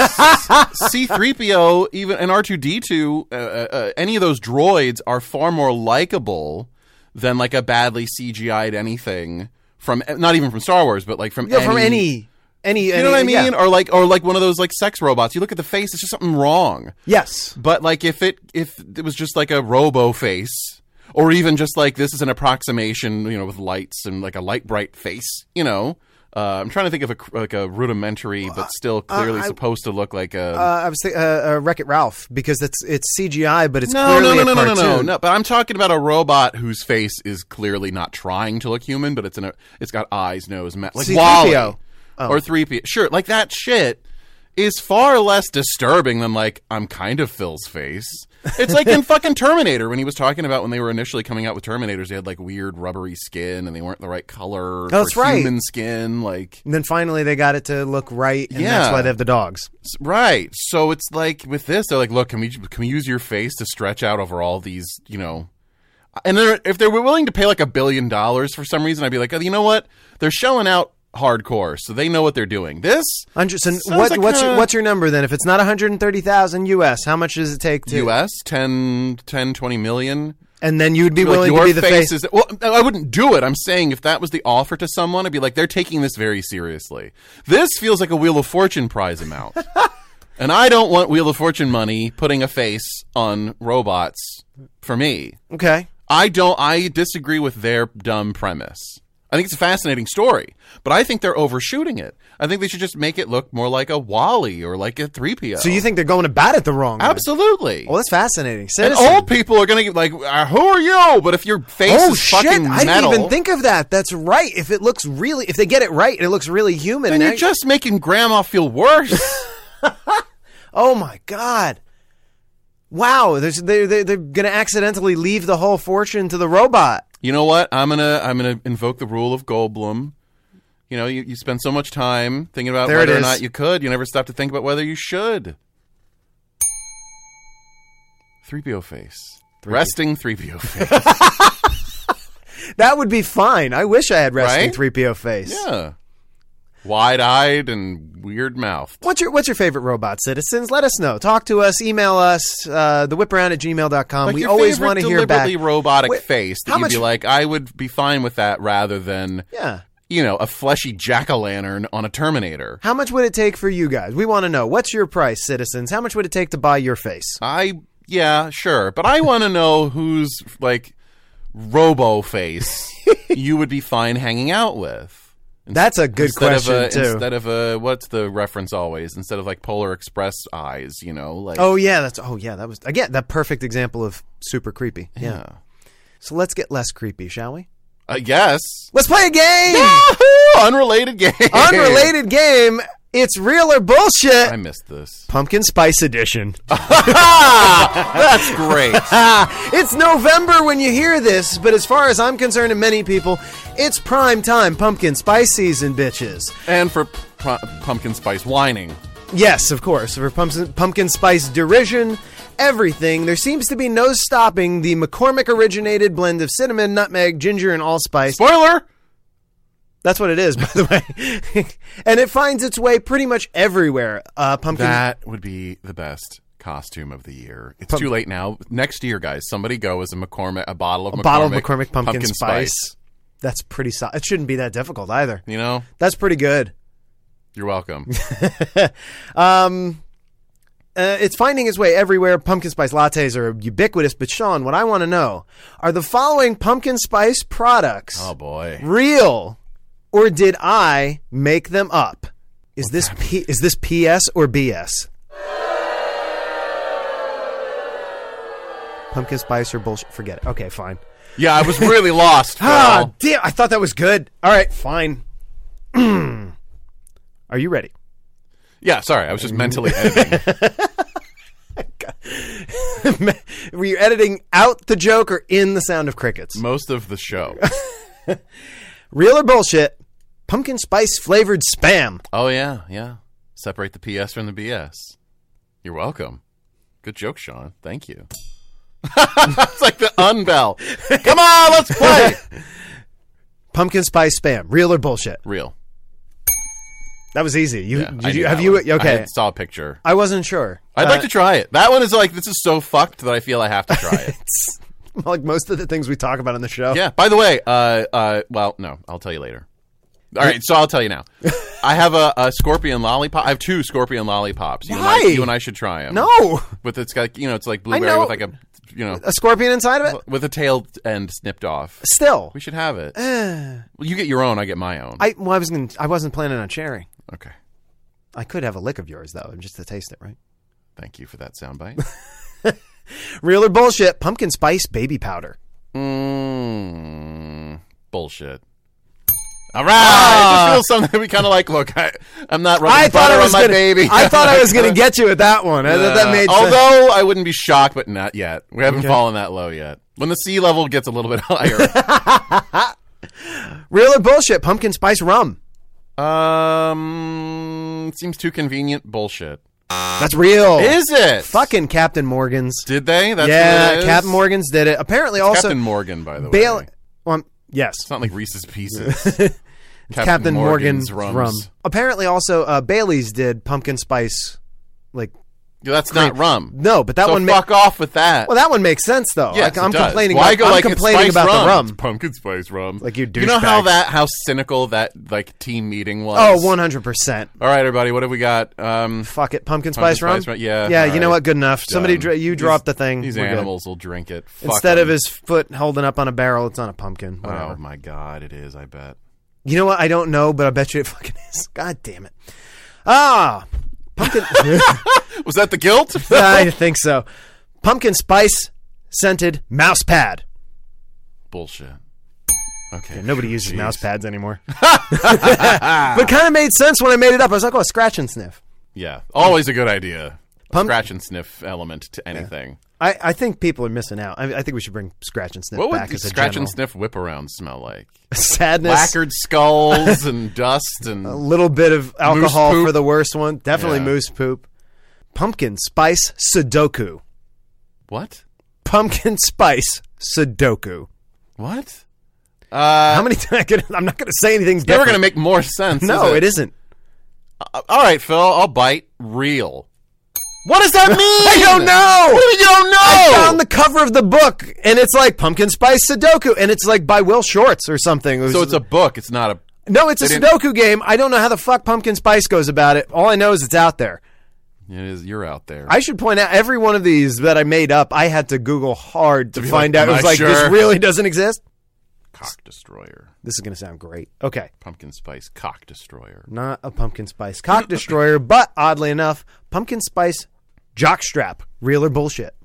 C three PO even and R two D two, uh, any of those droids are far more likable than like a badly CGI'd anything from not even from Star Wars, but like from Yeah, any, from any any You know what I mean? Or like or like one of those like sex robots. You look at the face; it's just something wrong. Yes. But like if it if it was just like a robo face or even just like this is an approximation, you know, with lights and like a light bright face, you know. Uh, I'm trying to think of a cr- like a rudimentary but still clearly supposed to look like a Uh, I was th- uh, uh, Wreck It Ralph because it's it's CGI, but it's no, no, clearly no, no, a no, no, no, cartoon. no. But I'm talking about a robot whose face is clearly not trying to look human, but it's in a, it's got eyes, nose, mouth, like C-3PO. Wally Oh. or three P. Sure, like that shit is far less disturbing than like I'm kind of Phil's face. It's like in fucking Terminator when he was talking about when they were initially coming out with Terminators, they had like weird rubbery skin and they weren't the right color. Oh, That's for right. Human skin, like And then finally they got it to look right, and Yeah. that's why they have the dogs. Right. So it's like with this, they're like, look, can we can we use your face to stretch out over all these, you know? And they're, if they were willing to pay like a billion dollars for some reason, I'd be like, oh, you know what? They're shelling out hardcore, so they know what they're doing. This Hundred. So Sounds what, like what's your, kinda- what's your number then? If it's not one hundred and thirty thousand US, how much does it take to U.S. 10, 10 20 million. And then you'd be Like, willing your to be the face. is well. I wouldn't do it. I'm saying if that was the offer to someone, I'd be like, they're taking this very seriously. This feels like a Wheel of Fortune prize amount, and I don't want Wheel of Fortune money putting a face on robots for me. okay. I don't. I disagree with their dumb premise. I think it's a fascinating story, but I think they're overshooting it. I think they should just make it look more like a Wally or like a three PO. So you think they're going about it the wrong way? absolutely. Well, that's fascinating. and Citizen. old people are gonna get like, uh, "Who are you?" But if your face oh is shit! fucking I didn't metal, even think of that. That's right. If it looks really, if they get it right, it looks really human. eh? And Now you're you- just making grandma feel worse. oh my god! Wow, there's, they're they're, they're going to accidentally leave the whole fortune to the robot. you know what? I'm gonna I'm gonna invoke the rule of Goldblum. You know, you, you spend so much time thinking about There it whether or is. not you could. You never stop to think about whether you should. 3PO face. Resting 3PO face. That would be fine. I wish I had resting Right? three PO face. yeah. Wide eyed and weird mouthed. What's your what's your favorite robot, citizens? Let us know. Talk to us. Email us. Uh, thewhiparound at gmail.com. Like we your always favorite want to hear back. deliberately robotic Wait, face that how you'd much- be like, I would be fine with that rather than, yeah. you know, a fleshy jack o' lantern on a Terminator. How much would it take for you guys? We want to know. What's your price, citizens? How much would it take to buy your face? I yeah, sure, but I want to know who's like robo face you would be fine hanging out with. That's a good instead question of a, too. Instead of a what's the reference always? Instead of like Polar Express eyes, you know, like oh yeah, that's oh yeah, that was again that perfect example of super creepy. Yeah. So let's get less creepy, shall we? I guess. Let's play a game. Woohoo! Uh, Unrelated game. Unrelated game. It's real or bullshit. I missed this. Pumpkin spice edition. ah, that's great. Ah, it's November when you hear this, but as far as I'm concerned, and many people, it's prime time pumpkin spice season, bitches. and for pu- pumpkin spice whining. Yes, of course. For pumpkin, pumpkin spice derision, everything, there seems to be no stopping the McCormick originated blend of cinnamon, nutmeg, ginger, and allspice. Spoiler. That's what it is, by the way. and it finds its way pretty much everywhere. Uh, pumpkin. That would be the best costume of the year. It's too late now. Next year, guys, somebody go as a McCormick, a bottle of McCormick, bottle of McCormick pumpkin, spice. That's pretty solid. It shouldn't be that difficult either. You know, That's pretty good. you're welcome. Um, uh, it's finding its way everywhere. Pumpkin spice lattes are ubiquitous, but Sean, what I want to know are the following pumpkin spice products oh boy, real, or did I make them up? Is this P- is this PS or BS? Pumpkin spice or bullshit? Forget it. Okay, fine. yeah, I was really lost. Ah, Phil. damn! I thought that was good. All right, fine. are you ready? yeah, sorry, I was just mentally editing. Were you editing out the joke or in the sound of crickets? most of the show. Real or bullshit? Pumpkin spice flavored spam. Oh yeah, yeah. Separate the PS from the BS. You're welcome. Good joke, Sean. Thank you. it's like the unbell. Come on, let's play. Pumpkin spice spam. Real or bullshit? Real. That was easy. You, Yeah, I did knew you that have you? one. I Okay. had- saw a picture. I, wasn't sure. e- I'd like to try it. That one is like this is so fucked that I feel I have to try it. Uh, Like most of the things we talk about on the show. yeah. By the way, uh, uh, well, no, I'll tell you later. All right, so I'll tell you now. I have a, a scorpion lollipop. I have two scorpion lollipops. You Why? And I, you and I should try them. No, with it's got you know it's like blueberry know. with like a you know a scorpion inside of it. with a tail end snipped off. Still, We should have it. well, you get your own. I get my own. I, well, I was gonna, I wasn't planning on sharing. okay. I could have a lick of yours though, and just to taste it, right? Thank you for that soundbite. Real or bullshit? Pumpkin spice baby powder. Mm, bullshit. All right, I just feel something we kind of like. Look, I, I'm not rubbing Ah. I thought butter I was on my gonna, baby. I thought I was gonna get you with that one. I thought that Uh, made sense. although I wouldn't be shocked, but not yet. We haven't fallen that low yet. When the sea level gets a little bit higher, Real or bullshit? Pumpkin spice rum. um, seems too convenient. Bullshit. That's real. Is it Fucking Captain Morgan's. Did they? That's yeah, what it is? Captain Morgan's did it. Apparently, also Captain Morgan, by the Bail. way. Well, yes, It's not like Reese's Pieces. Captain, Captain Morgan's, Morgan's, rum. rums. Apparently, also uh, Bailey's did pumpkin spice. Like Yeah, That's not rum. no, but that so one. Ma- fuck off with that. well, that one makes sense though. Yes, like, I'm it does. complaining. Why about, go I'm like it's complaining spiced about the rum? rum. It's pumpkin spice rum. Like, you You know how douchebags. that how cynical that like team meeting was. Oh, 100 percent. All right, everybody. What have we got? Um, Fuck it, pumpkin spice rum. spice rum, yeah, yeah. all You right. know what? Good enough. Somebody, done. dra- you These- dropped the thing. These We're good. animals will drink it. Fuck Instead of them. his foot holding up on a barrel, it's on a pumpkin. Whatever. Oh my god, it is. I bet. You know what? I don't know, but I bet you it fucking is. God damn it. Ah, pumpkin. Was that the guilt? I think so. Pumpkin spice scented mouse pad. Bullshit. Okay. Nobody uses Oh, Jeez. mouse pads anymore. but kind of made sense when I made it up. I was like, oh, scratch and sniff. Yeah. Always a good idea. A Pump- scratch and sniff element to anything. I, I think people are missing out. I, I think we should bring scratch and sniff What back would as a scratch and general. sniff whip around smell like? Sadness. Lacquered skulls and dust and A little bit of alcohol poop. for the worst one. Definitely Yeah. moose poop. Pumpkin spice Sudoku. what? Pumpkin spice Sudoku. What? Uh, How many times? I'm not going to say anything's never different. going to make more sense. No, is it isn't. All right, Phil, I'll bite. Real. What does that mean? I don't know. What do you don't know? I found the cover of the book, and it's like Pumpkin Spice Sudoku, and it's like by Will Shorts or something. It was- so it's a book. It's not a. no, it's a didn't- Sudoku game. I don't know how the fuck Pumpkin Spice goes about it. All I know is it's out there. It is. You're out there. I should point out every one of these that I made up, I had to Google hard to, find like, out. It am was I like this sure? really doesn't exist. Cock Destroyer. This is going to sound great. Okay. Pumpkin Spice Cock Destroyer. Not a pumpkin spice cock destroyer, but oddly enough, pumpkin spice jockstrap. Real or bullshit?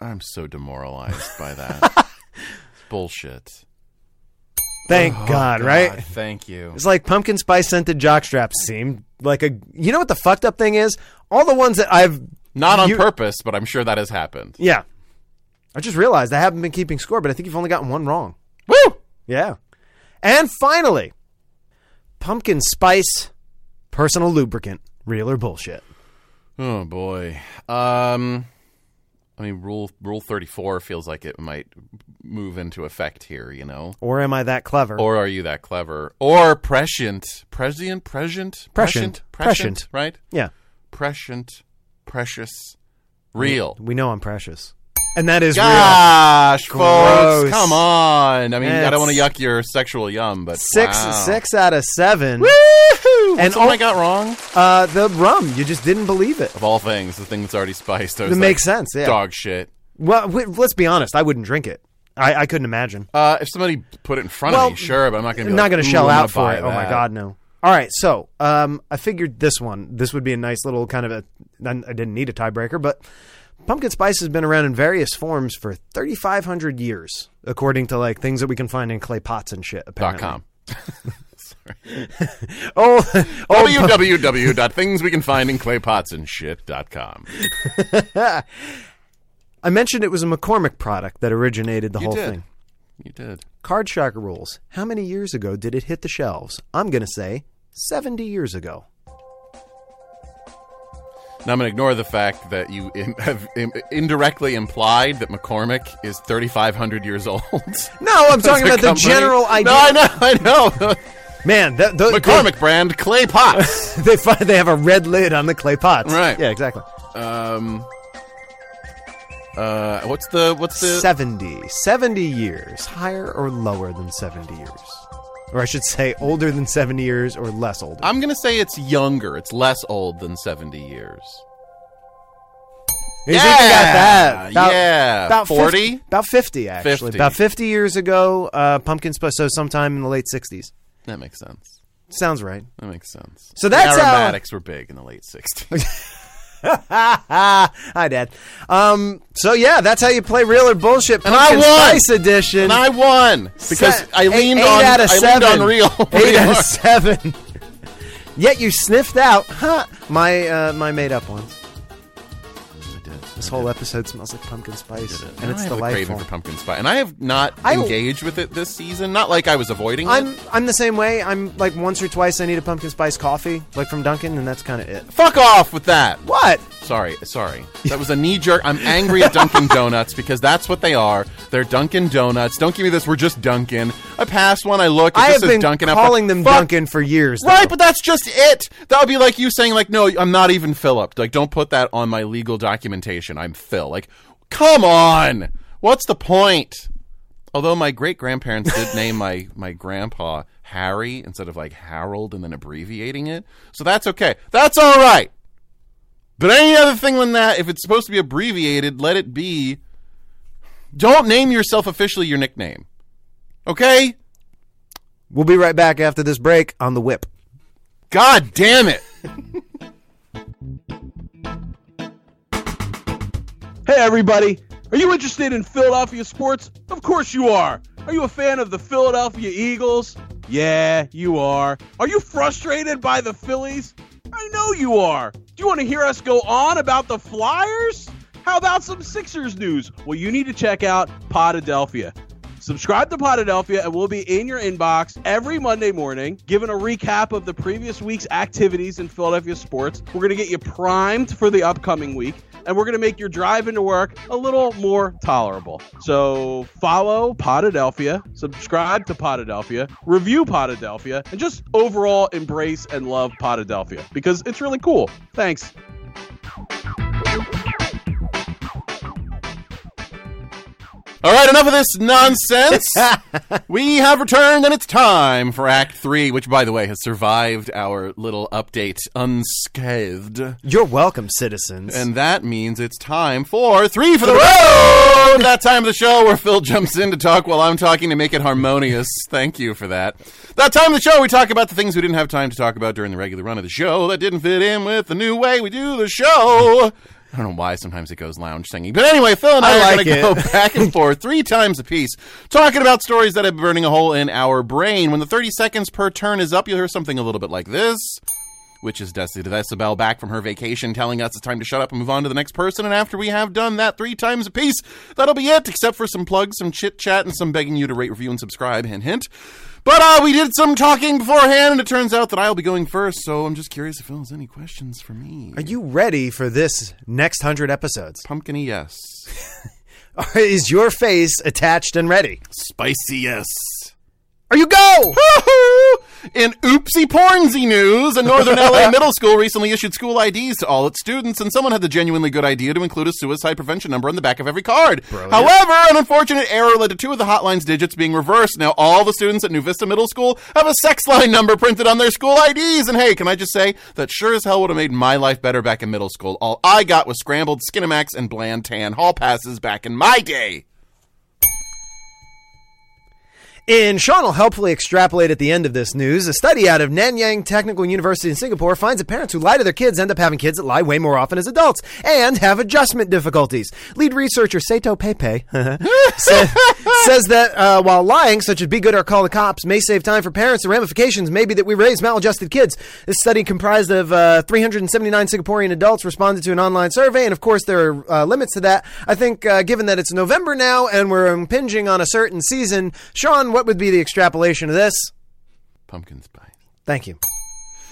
I'm so demoralized by that. It's bullshit. Thank Oh, God, God, right? Thank you. It's like pumpkin spice scented jockstrap seemed like a. You know what the fucked up thing is? All the ones that I've. Not on you- purpose, but I'm sure that has happened. Yeah. I just realized I haven't been keeping score, but I think you've only gotten one wrong. Woo! Yeah. And finally, pumpkin spice personal lubricant. Real or bullshit? Oh boy. Um I mean rule rule 34 feels like it might move into effect here, you know. Or am I that clever? Or are you that clever? Or prescient. Prescient, prescient, Prescient. prescient, prescient Prescient. right? yeah. Prescient, precious, real. We know I'm precious. And that is real. Gosh, folks, Gross. come on. I mean, I don't want It's- to yuck your sexual yum, but Six, wow. six out of seven. Woo! And And all al- I got wrong Uh, the rum, you just didn't believe it. of all things, the thing that's already spiced. I It was like, makes sense. Yeah. Dog shit. Well, w- let's be honest. I wouldn't drink it. I, I couldn't imagine. Uh, if somebody put it in front Well, of me, sure, but I'm not going to. Be I'm not like, going "Ooh, to shell I'm out gonna for buy it. Oh my that." god, no. All right, so um, I figured this one. This would be a nice little kind of a. I didn't need a tiebreaker, but pumpkin spice has been around in various forms for 3,500 years, according to like things that we can find in clay pots and shit. Dot Apparently. com. Oh, oh, www.thingswecanfindingclaypotsandshit.com. I mentioned it was a McCormick product that originated the You whole did. thing. You did. Card Shark rules. How many years ago did it hit the shelves? I'm going to say 70 years ago. Now I'm going to ignore the fact that you in, have in, indirectly implied that McCormick is 3,500 years old. No, I'm talking As a about the company. general idea. No, I know, I know. Man, that the, McCormick brand clay pots. They, find they have a red lid on the clay pots. Right. Yeah, exactly. um, uh, what's the what's the 70. 70 years. Higher or lower than 70 years? Or I should say older than 70 years or less older. I'm going to say it's younger. It's less old than 70 years. You think you got that? yeah. 50 40? about 50, actually. 50. About 50 years ago, uh, pumpkin spice. So sometime in the late 60s. That makes sense. Sounds right. That makes sense. So that's the how- aromatics were big in the late '60s. Hi, Dad. Um, so yeah, that's how you play real or bullshit. And I Pumpkin won! Spice edition. and I won because Se- I eight- leaned eight on out of I seven. leaned on real. Eight real out of art. seven. Yet you sniffed out, huh? My uh, my made up ones. I did. This whole episode smells like pumpkin spice, and I it's have a delightful. craving for pumpkin spice, and I have not I- engaged with it this season. Not like I was avoiding it. I'm I'm the same way. I'm like once or twice I need a pumpkin spice coffee, like from Dunkin', and that's kind of it. Fuck off with that. What? Sorry, sorry. That was a knee jerk. I'm angry at Dunkin' Donuts because that's what they are. They're Dunkin' Donuts. Don't give me this. We're just Dunkin'. I pass one. I look. It I just have says been Dunkin'. I'm calling like, them "Fuck Dunkin' for years. though. Right, but that's just it. That would be like you saying, like, no, I'm not even Philip. Like, don't put that on my legal documentation. I'm Phil. Like, come on. What's the point? Although my great grandparents did name my my grandpa Harry instead of like Harold and then abbreviating it. So that's okay. That's all right. But any other thing than that, if it's supposed to be abbreviated, let it be. Don't name yourself officially your nickname. Okay? We'll be right back after this break on the whip. God damn it. Hey, everybody! Are you interested in Philadelphia sports? Of course you are! Are you a fan of the Philadelphia Eagles? Yeah, you are. Are you frustrated by the Phillies? I know you are! Do you want to hear us go on about the Flyers? How about some Sixers news? Well, you need to check out Podadelphia. Subscribe to Podadelphia and we'll be in your inbox every Monday morning, giving a recap of the previous week's activities in Philadelphia sports. We're going to get you primed for the upcoming week and we're going to make your drive into work a little more tolerable. So follow Podadelphia, subscribe to Podadelphia, review Podadelphia, and just overall embrace and love Podadelphia because it's really cool. Thanks. All right, enough of this nonsense. we have returned, and it's time for Act Three, which, by the way, has survived our little update unscathed. You're welcome, citizens. And that means it's time for Three for the Road! That time of the show where Phil jumps in to talk while I'm talking to make it harmonious. Thank you for that. That time of the show we talk about the things we didn't have time to talk about during the regular run of the show that didn't fit in with the new way we do the show. I don't know why sometimes it goes lounge singing. But anyway, Phil and I, I are like going to it. go back and forth three times apiece, talking about stories that are burning a hole in our brain. When the 30 seconds per turn is up, you'll hear something a little bit like this which is Desi Decibel back from her vacation, telling us it's time to shut up and move on to the next person. And after we have done that three times apiece, that'll be it, except for some plugs, some chit chat, and some begging you to rate, review, and subscribe. Hint, hint. But uh, we did some talking beforehand, and it turns out that I'll be going first, so I'm just curious if Phil has any questions for me. Are you ready for this next hundred episodes? Pumpkiny, yes. Is your face attached and ready? Spicy, yes. Are you go? In oopsie pornsy news, a northern LA middle school recently issued school IDs to all its students, and someone had the genuinely good idea to include a suicide prevention number on the back of every card. However, an unfortunate error led to two of the hotline's digits being reversed. Now, all the students at New Vista Middle School have a sex line number printed on their school IDs. And hey, can I just say that sure as hell would have made my life better back in middle school? All I got was scrambled Skinamax and bland tan hall passes back in my day. And Sean will helpfully extrapolate at the end of this news. A study out of Nanyang Technical University in Singapore finds that parents who lie to their kids end up having kids that lie way more often as adults and have adjustment difficulties. Lead researcher Sato Pepe uh-huh, sa- says that uh, while lying, such as be good or call the cops, may save time for parents, the ramifications may be that we raise maladjusted kids. This study comprised of uh, 379 Singaporean adults responded to an online survey, and of course there are uh, limits to that. I think uh, given that it's November now and we're impinging on a certain season, Sean, what would be the extrapolation of this? Pumpkin spice. Thank you.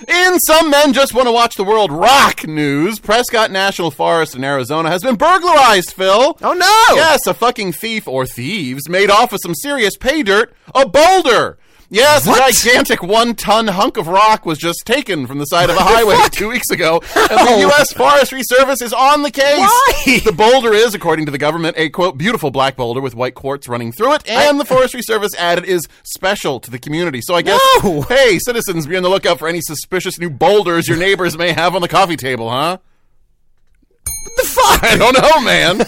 In some men just want to watch the world rock news, Prescott National Forest in Arizona has been burglarized, Phil. Oh no! Yes, a fucking thief or thieves made off with some serious pay dirt, a boulder. Yes, a gigantic one ton hunk of rock was just taken from the side of a highway two weeks ago, and the U.S. Forestry Service is on the case. Why? The boulder is, according to the government, a quote, beautiful black boulder with white quartz running through it, and the Forestry Service added is special to the community. So I guess, No! hey, citizens, be on the lookout for any suspicious new boulders your neighbors may have on the coffee table, huh? What the fuck? I don't know, man.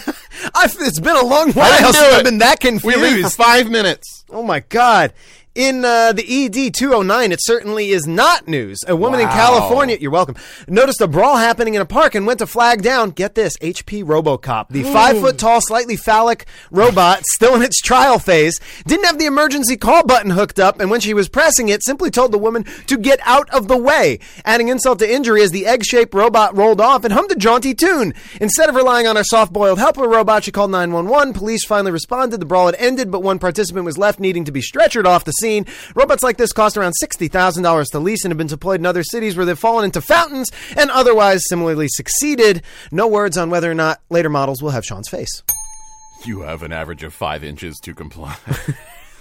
I've, it's been a long didn't while do since I've it. been that We confused. leave for five minutes. Oh my God. In uh, the ED 209, it certainly is not news. A woman in Wow. California, you're welcome, noticed a brawl happening in a park and went to flag down, get this, HP Robocop. The five foot tall, slightly phallic robot, still in its trial phase, didn't have the emergency call button hooked up, and when she was pressing it, simply told the woman to get out of the way, adding insult to injury as the egg shaped robot rolled off and hummed a jaunty tune. Instead of relying on our soft boiled helper robot, she called 911. Police finally responded. The brawl had ended, but one participant was left needing to be stretchered off the scene. Robots like this cost around $60,000 to lease and have been deployed in other cities where they've fallen into fountains and otherwise similarly succeeded. No words on whether or not later models will have Sean's face. You have an average of five inches to comply.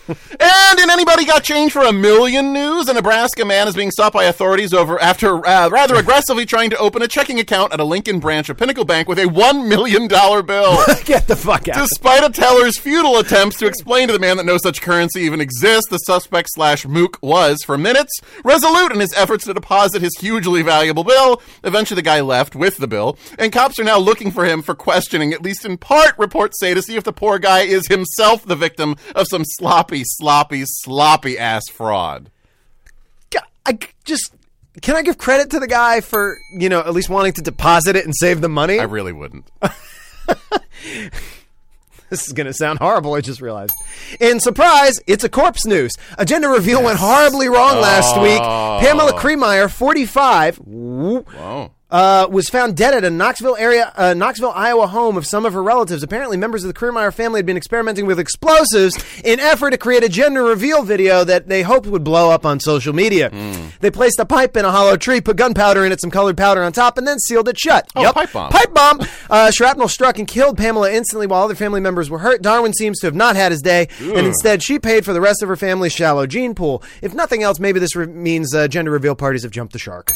And in anybody got change for a million news, a Nebraska man is being stopped by authorities over after uh, rather aggressively trying to open a checking account at a Lincoln branch of Pinnacle Bank with a one million dollar bill. Get the fuck out. Despite a teller's futile attempts to explain to the man that no such currency even exists, the suspect slash mook was, for minutes, resolute in his efforts to deposit his hugely valuable bill. Eventually, the guy left with the bill, and cops are now looking for him for questioning, at least in part, reports say, to see if the poor guy is himself the victim of some sloppy, sloppy, sloppy ass fraud. I just. Can I give credit to the guy for, you know, at least wanting to deposit it and save the money? I really wouldn't. This is going to sound horrible, I just realized. In surprise, it's a corpse news. A gender reveal went horribly wrong last week. Pamela Kremeyer, 45, whoop, Oh. uh, was found dead at a Knoxville area, uh, Knoxville, Iowa home of some of her relatives. Apparently, members of the Kremeyer family had been experimenting with explosives in effort to create a gender reveal video that they hoped would blow up on social media. Hmm. They placed a pipe in a hollow tree, put gunpowder in it, some colored powder on top, and then sealed it shut. Oh, pipe bomb. Pipe bomb. Uh, shrapnel struck and killed Pamela instantly while other family members were hurt. Darwin seems to have not had his day, and instead she paid for the rest of her family's shallow gene pool. If nothing else, maybe this re- means uh, gender reveal parties have jumped the shark.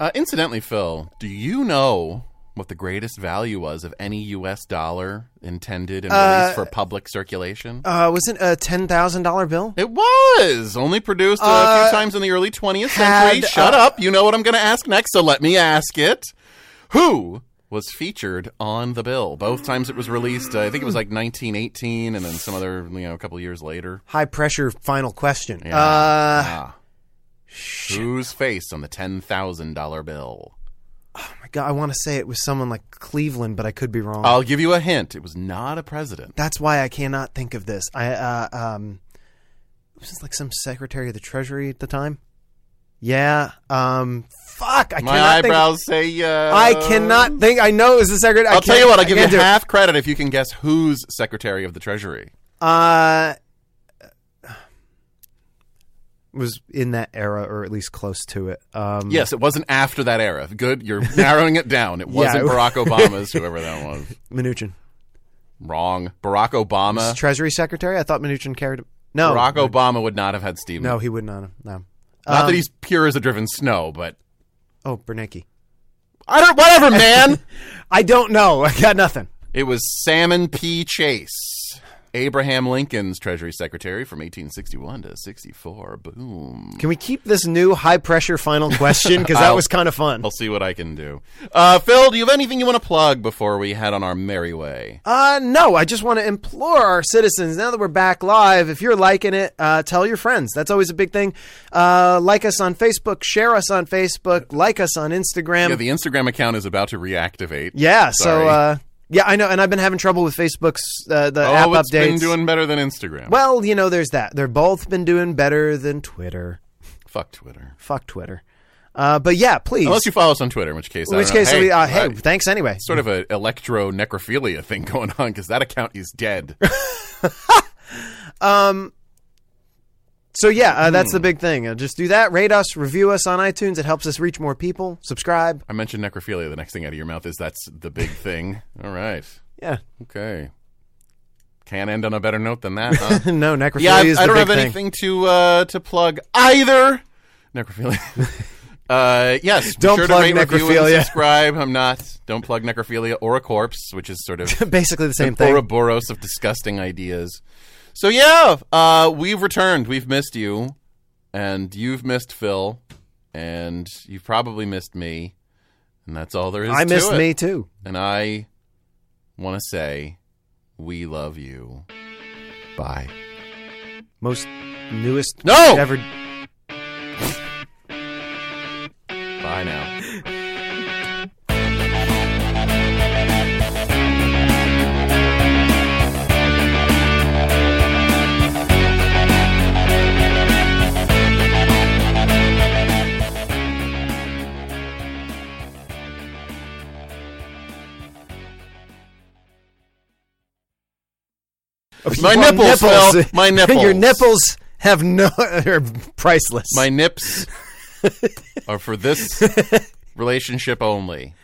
Uh, incidentally, Phil, do you know what the greatest value was of any U.S. dollar intended and Uh, released for public circulation? Uh, wasn't a ten thousand dollar bill? It was only produced a Uh, few times in the early 20th had, century. Shut uh, up. You know what I'm going to ask next, so let me ask it. Who was featured on the bill? Both times it was released, uh, I think it was like 1918 and then some other, you know, a couple years later. High pressure. Final question. Yeah. Uh, Ah. Whose face on the $10,000 bill? oh my God, I want to say it was someone like Cleveland, but I could be wrong. I'll give you a hint. It was not a president. That's why I cannot think of this. I uh, um, was this like some Secretary of the Treasury at the time? Yeah. Um, fuck. I My cannot eyebrows say yes. Think, I cannot think. I know it was the Secretary. I'll tell you what. I'll give I can't you do it. half credit if you can guess who's Secretary of the Treasury. Uh, was in that era, or at least close to it. Um, Yes, it wasn't after that era. Good, you're narrowing it down. It wasn't it Barack Obama's, whoever that was. Mnuchin, Wrong. Barack Obama. Treasury Secretary. I thought Mnuchin carried. No, Uh, Barack Obama would not have had Steve. no, he would not. have. No. Not Um, that he's pure as a driven snow, but Oh, Bernanke. I don't. Whatever, man. I don't know. I got nothing. it was Salmon P. Chase, Abraham Lincoln's Treasury Secretary from 1861 to 64. Boom. Can we keep this new high pressure final question? Because that I'll- was kind of fun. I'll see what I can do. Uh, Phil, do you have anything you want to plug before we head on our merry way? Uh, no, I just want to implore our citizens now that we're back live. If you're liking it, uh, tell your friends. That's always a big thing. Uh, like us on Facebook, share us on Facebook, like us on Instagram. Yeah, the Instagram account is about to reactivate. Yeah, so Sorry. uh, yeah, I know, and I've been having trouble with Facebook's uh, the app oh, it's updates. been doing better than Instagram. well, you know, there's that. They're both been doing better than Twitter. Fuck Twitter. Fuck Twitter. Uh, but yeah, please. Unless you follow us on Twitter, in which case, in which I don't know. case, we, uh, hey, right. thanks anyway. sort of an electro necrophilia thing going on because that account is dead. So yeah, uh, that's Hmm. the big thing. Uh, just do that. Rate us, review us on iTunes. It helps us reach more people. Subscribe. I mentioned necrophilia. The next thing out of your mouth is that's the big thing. All right. Yeah. Okay. Can't end on a better note than that, huh? no, necrophilia yeah, I, is I the don't big have thing. anything to uh, to plug either. Necrophilia. uh, yes. be Don't sure plug to rate, review, and necrophilia. subscribe. I'm not. Don't plug necrophilia or a corpse, which is sort of Basically the same the thing. Ouroboros of disgusting ideas. So yeah, uh, we've returned. We've missed you, and you've missed Phil, and you've probably missed me, and that's all there is. I to missed it. me too. and I want to say, we love you. Bye. Most newest No! ever. Bye now. My Well, nipples, Phil. My nipples. Your nipples have no are priceless. My nips are for this relationship only.